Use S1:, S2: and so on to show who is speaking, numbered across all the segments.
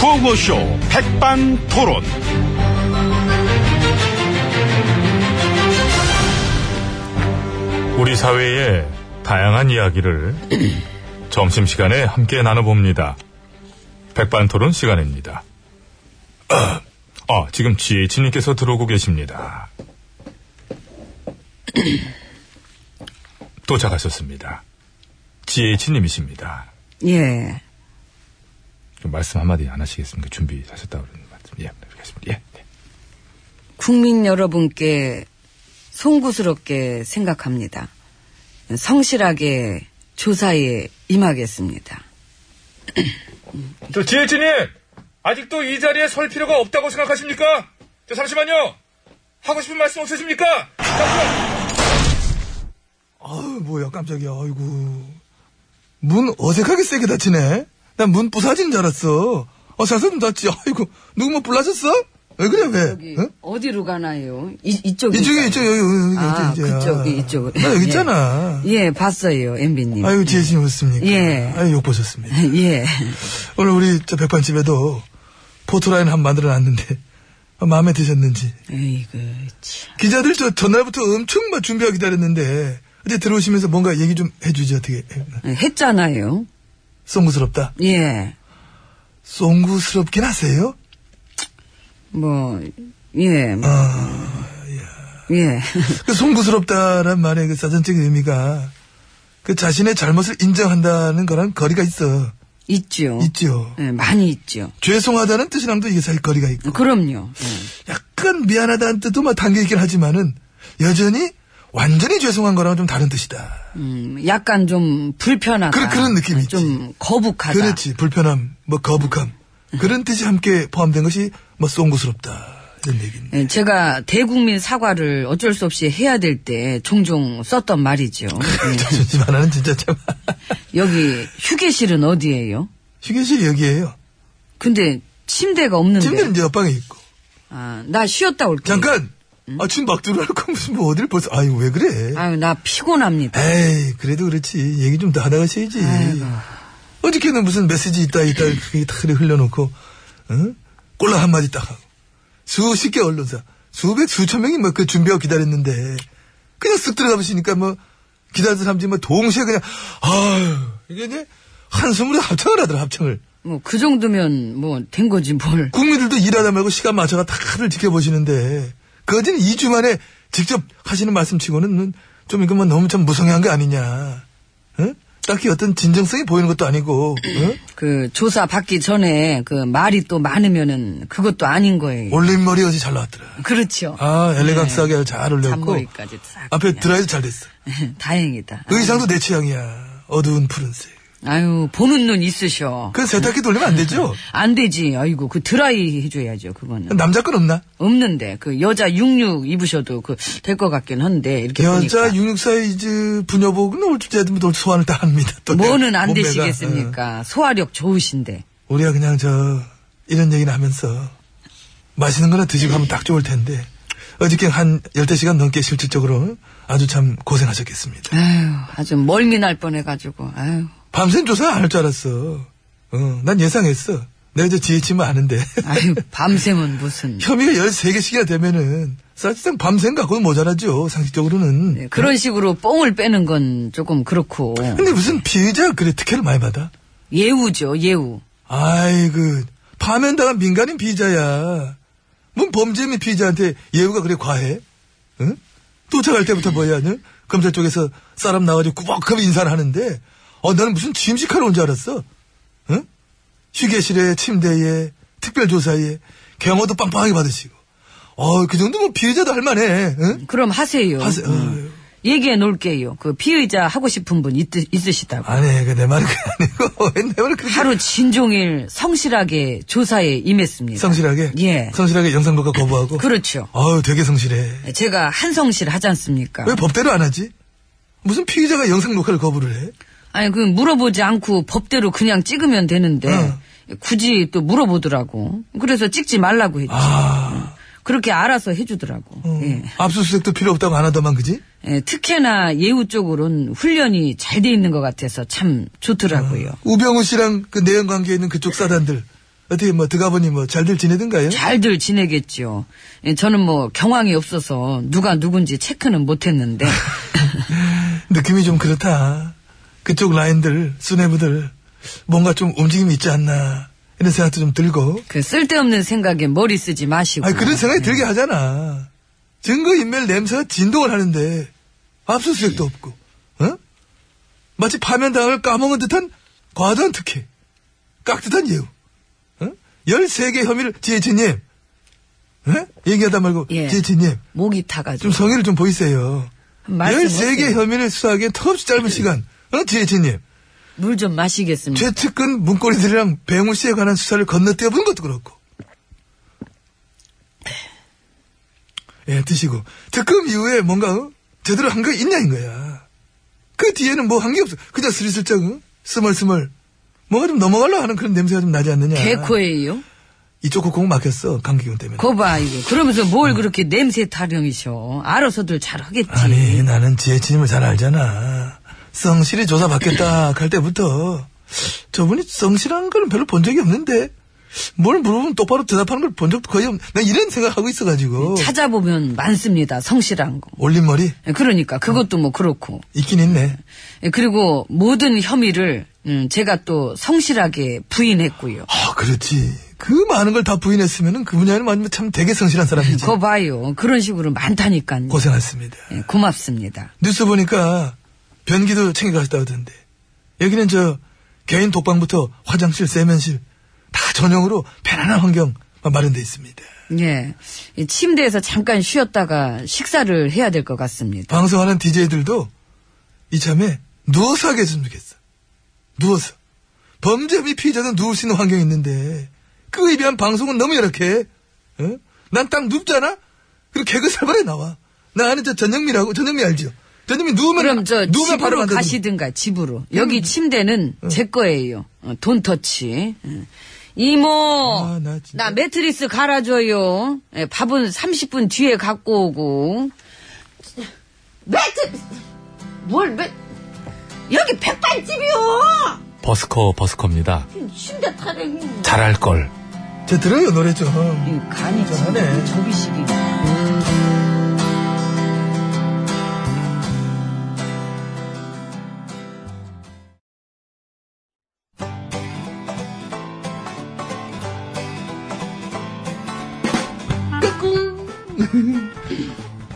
S1: 구호쇼 백반토론. 우리 사회의 다양한 이야기를 점심시간에 함께 나눠봅니다. 백반토론 시간입니다. 아, 지금 GH님께서 들어오고 계십니다. 도착하셨습니다. GH님이십니다.
S2: 예.
S1: 말씀 한마디 안 하시겠습니까? 그 준비하셨다고 그러는 말씀. 예, 알겠습니다. 예. 예.
S2: 국민 여러분께 송구스럽게 생각합니다. 성실하게 조사에 임하겠습니다.
S3: 저 지혜진님 아직도 이 자리에 설 필요가 없다고 생각하십니까? 저 잠시만요. 하고 싶은 말씀 없으십니까?
S4: 아유, 뭐야, 깜짝이야, 아이고. 문 어색하게 세게 닫히네? 난 문 부서진 줄 알았어. 어, 잘서좀 닫지. 아이고, 누구 뭐 불나셨어? 왜 그래, 왜?
S2: 여기
S4: 어?
S2: 어디로 가나요? 이, 이쪽이.
S4: 이쪽에, 이쪽, 여기, 여기,
S2: 아,
S4: 이쪽, 이쪽.
S2: 그쪽이, 이쪽은.
S4: 나 아, 여기
S2: 예.
S4: 있잖아.
S2: 예, 봤어요, 엠비님.
S4: 아유, 지혜진이 오셨습니까?
S2: 예.
S4: 아유, 욕 보셨습니다.
S2: 예.
S4: 오늘 우리 저 백반집에도 포토라인 한 만들어 놨는데, 아, 마음에 드셨는지.
S2: 에이구, 참.
S4: 기자들 저 전날부터 엄청 막 준비하고 기다렸는데, 어제 들어오시면서 뭔가 얘기 좀 해주지, 어떻게. 예.
S2: 했잖아요.
S4: 송구스럽다.
S2: 예.
S4: 송구스럽긴 하세요?
S2: 뭐, 예. 뭐,
S4: 아,
S2: 예.
S4: 그 송구스럽다란 말의 그 사전적인 의미가 그 자신의 잘못을 인정한다는 거랑 거리가 있어.
S2: 있죠.
S4: 있죠.
S2: 예, 많이 있죠.
S4: 죄송하다는 뜻이랑도 이게 사실 거리가 있고.
S2: 그럼요. 예.
S4: 약간 미안하다는 뜻도 막 담겨 있긴 하지만은 여전히 완전히 죄송한 거랑은 좀 다른 뜻이다.
S2: 음, 약간 좀 불편하다.
S4: 그런- 그런 느낌이 있지.
S2: 좀 거북하다.
S4: 그렇지. 불편함, 뭐 거북함. 그런 뜻이 함께 포함된 것이 뭐 송구스럽다. 이런 얘기인데.
S2: 예, 제가 대국민 사과를 어쩔 수 없이 해야 될 때 종종 썼던 말이죠. 예.
S4: 저 집 하나는 진짜 참.
S2: 여기 휴게실은 어디예요?
S4: 휴게실이 여기에요.
S2: 근데 침대가 없는데.
S4: 침대는 이제 옆방에 있고.
S2: 아, 나 쉬었다 올게.
S4: 잠깐! 아, 지금 막 들어갈까? 무슨, 뭐, 어딜 벌써, 아유, 왜 그래?
S2: 아유, 나 피곤합니다.
S4: 에이, 그래도 그렇지. 얘기 좀 더 하다가 쉬지.
S2: 아이고.
S4: 어저께는 무슨 메시지 있다, 있다, 그게 다 그래 흘려놓고, 응? 꼴랑 한마디 딱 하고. 수십 개 언론사, 수백, 수천 명이 뭐 그 준비하고 기다렸는데, 그냥 쓱 들어가보시니까 뭐, 기다리던 사람들이 뭐 동시에 그냥, 아유, 이게 이제 한숨으로 합창을 하더라, 합창을.
S2: 뭐, 그 정도면 뭐, 된 거지, 뭘.
S4: 국민들도 일하다 말고 시간 맞춰가 다들 지켜보시는데, 그어진 2주 만에 직접 하시는 말씀 치고는 좀 이거 뭐 너무 참 무성의한 거 아니냐. 응? 딱히 어떤 진정성이 보이는 것도 아니고, 응?
S2: 그, 조사 받기 전에, 그, 말이 또 많으면은, 그것도 아닌 거예요.
S4: 올림머리 어제 잘 나왔더라.
S2: 그렇죠.
S4: 아, 엘레강스하게 잘 올렸고.
S2: 잔머리까지 싹.
S4: 앞에
S2: 그냥.
S4: 드라이도 잘 됐어.
S2: 다행이다.
S4: 의상도 내 취향이야. 어두운 푸른색.
S2: 아유, 보는 눈 있으셔.
S4: 그건 세탁기 돌리면 안 되죠?
S2: 안 되지. 아이고, 그 드라이 해줘야죠, 그거는.
S4: 남자 건 없나?
S2: 없는데, 그, 여자 66 입으셔도 그, 될 것 같긴 한데, 이렇게.
S4: 여자
S2: 보니까.
S4: 66 사이즈 부녀복은 올주제도 소환을 다 합니다. 또
S2: 뭐는 안
S4: 몸매가, 어. 응.
S2: 되시겠습니까? 소화력 좋으신데.
S4: 우리가 그냥 저 이런 얘기는 하면서 맛있는 거나 드시고 하면 딱 좋을 텐데 어저께 한 12시간 넘게 실질적으로 아주 참 고생하셨겠습니다.
S2: 아유, 아주 멀미 날 뻔해가지고, 아유.
S4: 밤샘 조사 안 할 줄 알았어. 어, 난 예상했어. 내가 이제 지혜치면 아는데.
S2: 아유, 밤샘은 무슨.
S4: 혐의가 13개씩이나 되면은 사실상 밤샘 갖고는 모자라죠. 상식적으로는.
S2: 네, 그런 식으로 뽕을 빼는 건 조금 그렇고.
S4: 근데 무슨 피해자 그래 특혜를 많이 받아?
S2: 예우죠, 예우.
S4: 아이고 파면당한 민간인 피의자야. 뭔 범죄민 피의자한테 예우가 그래 과해? 응? 도착할
S2: 음.
S4: 때부터 뭐야, 너? 검찰 쪽에서 사람 나와가지고 꾸벅하게 인사를 하는데, 어, 나는 무슨 취임식하러 온 줄 알았어. 응? 휴게실에, 침대에, 특별조사에, 경호도 빵빵하게 받으시고, 어, 그 정도면 피해자도 할만해. 응?
S2: 그럼 하세요.
S4: 하세요. 어.
S2: 음. 얘기해 놓을게요. 그 피의자 하고 싶은 분 있, 있으시다고.
S4: 아니, 그 내 말은 그게 아니고, 내 말은 그렇게
S2: 하루 진종일 성실하게 조사에 임했습니다.
S4: 성실하게?
S2: 예.
S4: 성실하게 영상 녹화 거부하고?
S2: 그렇죠.
S4: 아유, 되게 성실해.
S2: 제가 한성실 하지 않습니까?
S4: 왜 법대로 안 하지? 무슨 피의자가 영상 녹화를 거부를 해?
S2: 아니 그 물어보지 않고 법대로 그냥 찍으면 되는데
S4: 응.
S2: 굳이 또 물어보더라고. 그래서 찍지 말라고 했지.
S4: 아.
S2: 응. 그렇게 알아서 해주더라고.
S4: 어,
S2: 예.
S4: 압수수색도 필요 없다고 안 하더만, 그지?
S2: 예, 특히나 예우 쪽으로는 훈련이 잘 돼 있는 것 같아서 참 좋더라고요.
S4: 우병우 씨랑 그 내연 관계에 있는 그쪽 사단들. 어떻게 뭐, 드가보니 뭐, 잘들 지내든가요?
S2: 잘들 지내겠죠. 예, 저는 뭐 경황이 없어서 누가 누군지 체크는 못했는데
S4: 느낌이 좀 그렇다. 그쪽 라인들, 수뇌부들, 뭔가 좀 움직임이 있지 않나. 이런 생각도 좀 들고.
S2: 그 쓸데없는 생각에 머리 쓰지 마시고.
S4: 아니, 그런 생각이 들게 하잖아. 증거인멸 냄새가 진동을 하는데, 압수수색도 없고, 어? 마치 파면당을 까먹은 듯한 과도한 특혜. 깍듯한 예우. 어? 13개 혐의를, 지혜진님. 어? 얘기하다 말고,
S2: 예.
S4: 지혜진님.
S2: 목이
S4: 좀
S2: 타가지고.
S4: 성의를 좀 보이세요.
S2: 말씀
S4: 13개
S2: 없어요.
S4: 혐의를 수사하기엔 턱없이 짧은 시간. 어, 지혜진님.
S2: 물 좀 마시겠습니다.
S4: 최측근 문고리들이랑 배용우 씨에 관한 수사를 건너뛰어 본 것도 그렇고. 예, 드시고. 특검 이후에 뭔가, 어? 제대로 한 거 있냐인 거야. 그 뒤에는 뭐 한 게 없어. 그냥 스리슬쩍, 어? 스멀스멀. 뭔가 좀 넘어가려 하는 그런 냄새가 좀 나지 않느냐.
S2: 개코예요.
S4: 이쪽 콧구멍 막혔어. 감기균 때문에.
S2: 거봐 이거 그러면서 뭘 그렇게 냄새 타령이셔 알아서들 잘 하겠지
S4: 아니 나는 지혜진님을 잘 알잖아. 성실히 조사받겠다 할 때부터 저분이 성실한 걸 별로 본 적이 없는데 뭘 물어보면 똑바로 대답하는 걸 본 적도 거의 없. 난 이런 생각하고 있어가지고
S2: 찾아보면 많습니다 성실한 거
S4: 올린 머리
S2: 그러니까 그것도 뭐 그렇고 예,
S4: 있긴 있네.
S2: 그리고 모든 혐의를 음, 제가 또 성실하게 부인했고요
S4: 아 그렇지. 그 많은 걸 다 부인했으면은 그 분야는 완전 참 되게 성실한 사람이지.
S2: 거 봐요 그런 식으로 많다니까요
S4: 고생했습니다.
S2: 예, 고맙습니다
S4: 뉴스 보니까 변기도 챙겨가셨다 하던데 여기는 저 개인 독방부터 화장실, 세면실 다 전용으로 편안한 환경 마련돼 있습니다.
S2: 예, 이 침대에서 잠깐 쉬었다가 식사를 해야 될 것 같습니다
S4: 방송하는 DJ들도 이참에 누워서 하게 했으면 좋겠어. 누워서. 범죄미 피해자는 누울 수 있는 환경이 있는데, 그에 비한 방송은 너무 열악해. 어? 난 딱 눕잖아? 그리고 개그 살벌에 나와. 나 아는 저 전영미라고, 전영미 알죠? 전영미 누우면,
S2: 그럼 저
S4: 누우면 바로
S2: 집으로
S4: 음. 만다
S2: 가시든가 집으로 여기 침대는 제 거예요 어, 돈터치 어. 이모
S4: 아, 나 진짜.
S2: 나 매트리스 갈아줘요 예, 밥은 30분 뒤에 갖고 오고 매트 뭘 매... 여기 백반집이요
S1: 버스커 버스커입니다.
S2: 침대 타령이
S1: 잘할 걸.
S4: 저 들어요, 노래 좀.
S2: 이 간이 지금
S4: 잘하네.
S2: 저기식이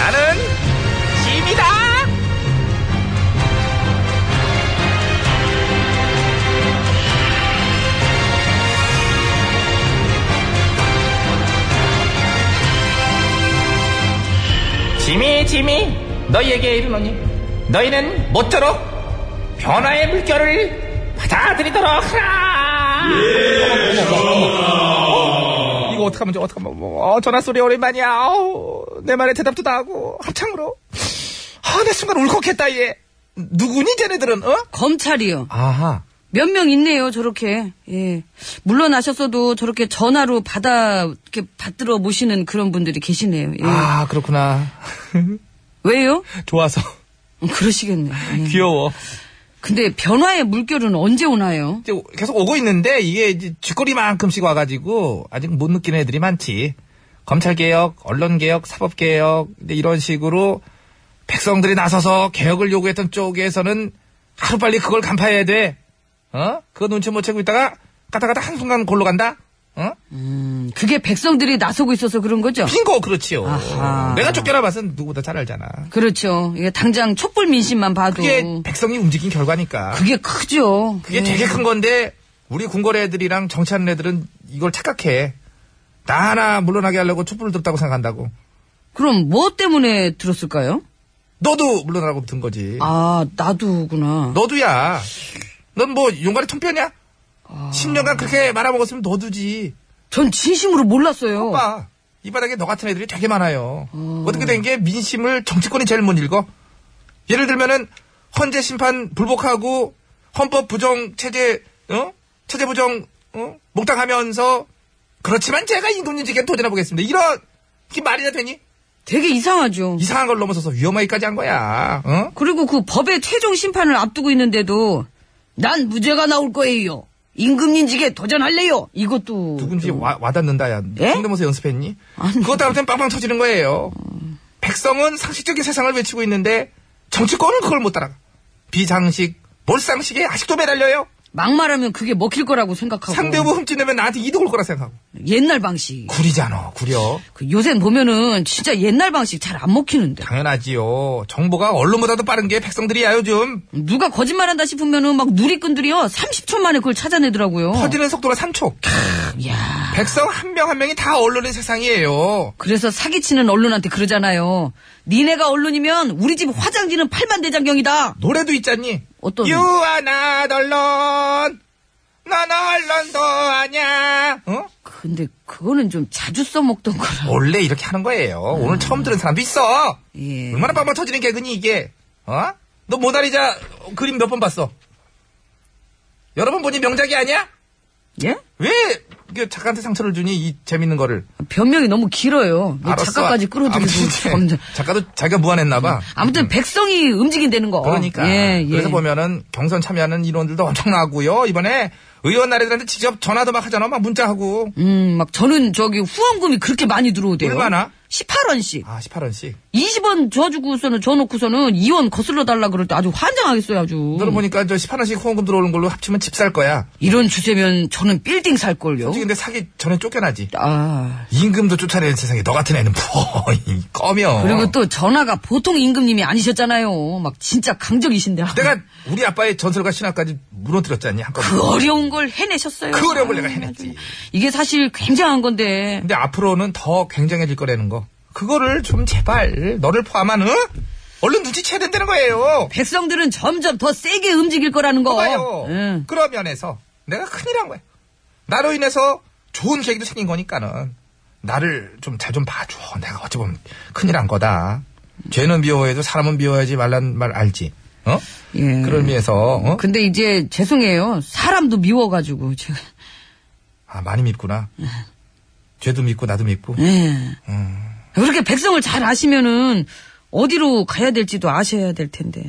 S5: 나는 짐이다. 짐이 짐이 너희에게 이르노니 너희는 모쪼록 변화의 물결을 받아. 다 드리도록 하라. 이거 어떡하면 좋아, 어떡하면, 뭐, 어, 전화 소리 오랜만이야. 아우, 내 말에 대답도 다 하고, 합창으로. 아, 내 순간 울컥했다, 얘. 누구니, 쟤네들은, 어?
S2: 검찰이요.
S5: 아하.
S2: 몇 명 있네요, 저렇게. 예. 물러나셨어도 저렇게 전화로 받아, 이렇게 받들어 모시는 그런 분들이 계시네요. 예.
S5: 아, 그렇구나.
S2: 왜요?
S5: 좋아서.
S2: 음, 그러시겠네.
S5: 아,
S2: 예.
S5: 귀여워.
S2: 근데 변화의 물결은 언제 오나요?
S5: 이제 계속 오고 있는데, 이게 이제 쥐꼬리만큼씩 와가지고, 아직 못 느끼는 애들이 많지. 검찰개혁, 언론개혁, 사법개혁, 이제 이런 식으로, 백성들이 나서서 개혁을 요구했던 쪽에서는 하루빨리 그걸 간파해야 돼. 어? 그거 눈치 못 채고 있다가, 까딱까딱 한순간 골로 간다? 어?
S2: 음, 그게 백성들이 나서고 있어서 그런 거죠?
S5: 빙고, 그렇지요.
S2: 아하.
S5: 내가 쫓겨나봤은 누구보다 잘 알잖아.
S2: 그렇죠. 예, 당장 촛불 민심만 봐도.
S5: 그게 백성이 움직인 결과니까.
S2: 음. 그게 크죠.
S5: 그게
S2: 예.
S5: 되게 큰 건데 우리 궁궐 애들이랑 정치하는 애들은 이걸 착각해. 나 하나 물러나게 하려고 촛불을 들었다고 생각한다고.
S2: 그럼 뭐 때문에 들었을까요?
S5: 너도 물러나라고 든 거지.
S2: 아, 나도구나.
S5: 너도야. 넌 뭐 용가리 천뼈냐?
S2: 아.
S5: 10년간 그렇게 말아먹었으면 너도지.
S2: 전 진심으로 몰랐어요.
S5: 오빠, 아, 이 바닥에 너 같은 애들이 되게 많아요. 어떻게 된 게 민심을 정치권이 제일 못 읽어? 예를 들면은 헌재 심판 불복하고 헌법 부정 체제 어? 체제 부정 어? 목당하면서 그렇지만 제가 임금님께 도전해 보겠습니다. 이런 게 말이나 되니?
S2: 되게 이상하죠.
S5: 이상한 걸 넘어서서 위험하기까지 한 거야. 어?
S2: 그리고 그 법의 최종 심판을 앞두고 있는데도 난 무죄가 나올 거예요. 임금님직에 도전할래요. 이것도
S5: 누군지 와, 와닿는다야.
S2: 예?
S5: 성대모사 연습했니?
S2: 아니.
S5: 그것 때문에 빵빵 터지는 거예요. 백성은 상식적인 세상을 외치고 있는데 정치권은 그걸 못 따라가. 비상식, 몰상식에 아직도 매달려요.
S2: 막말하면 그게 먹힐 거라고 생각하고
S5: 상대 후보 훔치려면 나한테 이득 올 거라 생각하고.
S2: 옛날 방식.
S5: 구리잖아, 구려.
S2: 그 요새 보면은 진짜 옛날 방식 잘 안 먹히는데
S5: 당연하지요. 정보가 언론보다도 빠른 게 백성들이야 요즘.
S2: 누가 거짓말한다 싶으면은 막 누리꾼들이요 30초 만에 그걸 찾아내더라고요.
S5: 퍼지는 속도가 3초.
S2: 야.
S5: 백성 한 명 한 명이 다 언론의 세상이에요.
S2: 그래서 사기치는 언론한테 그러잖아요. 니네가 언론이면 우리 집 화장지는 팔만대장경이다.
S5: 노래도 있잖니.
S2: 어떤-
S5: 유아나 언론. 넌 언론도 아냐. 어?
S2: 근데 그거는 좀 자주 써먹던 거라.
S5: 원래 이렇게 하는 거예요. 오늘 처음 들은 사람도 있어.
S2: 예.
S5: 얼마나 빵빵 터지는 개그니 이게. 어? 너 모나리자 그림 몇 번 봤어? 여러 번 보니 명작이 아니야?
S2: 예?
S5: 왜 이게 작가한테 상처를 주니 이 재밌는 거를?
S2: 변명이 너무 길어요. 뭐 작가까지 끌어들이고.
S5: 아무튼 이제
S2: 점점.
S5: 작가도 자기가 무안했나 봐.
S2: 아무튼 백성이 움직인다는 거.
S5: 그러니까.
S2: 예, 예.
S5: 그래서 보면은 경선 참여하는 인원들도 엄청나고요. 이번에 의원 나라들한테 직접 전화도 막 하잖아. 막 문자하고.
S2: 음, 막 저는 저기 후원금이 그렇게 많이 들어오대요.
S5: 얼마나?
S2: 18원씩.
S5: 아, 18원씩.
S2: 음. 20원 줘주고서는, 줘놓고서는 2원 거슬러 달라 그럴 때 아주 환장하겠어요, 아주.
S5: 너는 보니까 저 18원씩 후원금 들어오는 걸로 합치면 집 살 거야.
S2: 이런 주세면 저는 빌딩 살걸요.
S5: 솔직히 근데 사기 전에 쫓겨나지.
S2: 아.
S5: 임금도 쫓아내는 세상에 너 같은 애는 뭐, 푸이 꺼며.
S2: 그리고 또 전화가 보통 임금님이 아니셨잖아요. 막 진짜 강적이신데.
S5: 내가 우리 아빠의 전설과 신화까지 무너뜨렸지 않니 한꺼번에.
S2: 그 어려운 걸 해내셨어요.
S5: 그 어려운 걸 내가
S2: 아,
S5: 해냈지.
S2: 이게 사실 굉장한 건데.
S5: 근데 앞으로는 더 굉장해질 거라는 거. 그거를 좀 제발 너를 포함한 응? 얼른 눈치채야 된다는 거예요.
S2: 백성들은 점점 더 세게 움직일 거라는 예. 거.
S5: 봐요.
S2: 응.
S5: 그런 면에서 내가 큰일 한 거야. 나로 인해서 좋은 계기도 생긴 거니까는 나를 좀 잘 좀 봐줘. 내가 어찌 보면 큰일 한 거다. 죄는 미워해도 사람은 미워하지 말란 말 알지? 어?
S2: 예.
S5: 그런 의미에서 어?
S2: 근데 이제 죄송해요. 사람도 미워가지고 제가.
S5: 아 많이 믿구나. 죄도 믿고 나도 믿고.
S2: 예. 그렇게 백성을 잘 아시면은 어디로 가야 될지도 아셔야 될 텐데.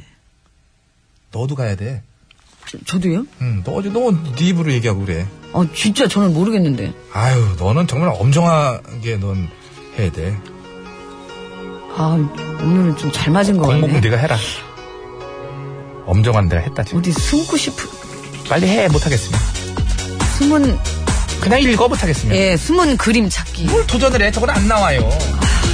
S5: 너도 가야 돼.
S2: 저, 도요
S5: 응, 너 어제 너네 입으로 얘기하고 그래.
S2: 아 진짜 저는 모르겠는데.
S5: 아유, 너는 정말 엄정하게 넌 해야 돼.
S2: 아 오늘은 좀 잘 맞은 거
S5: 공복은
S2: 같네.
S5: 네가 해라. 엄정한 내가 했다 지금.
S2: 어디 숨고 싶은
S5: 빨리 해 못하겠습니다.
S2: 숨은
S5: 그냥 읽어 못하겠습니다.
S2: 예 숨은 그림 찾기.
S5: 뭘 도전을 해? 저건 안 나와요.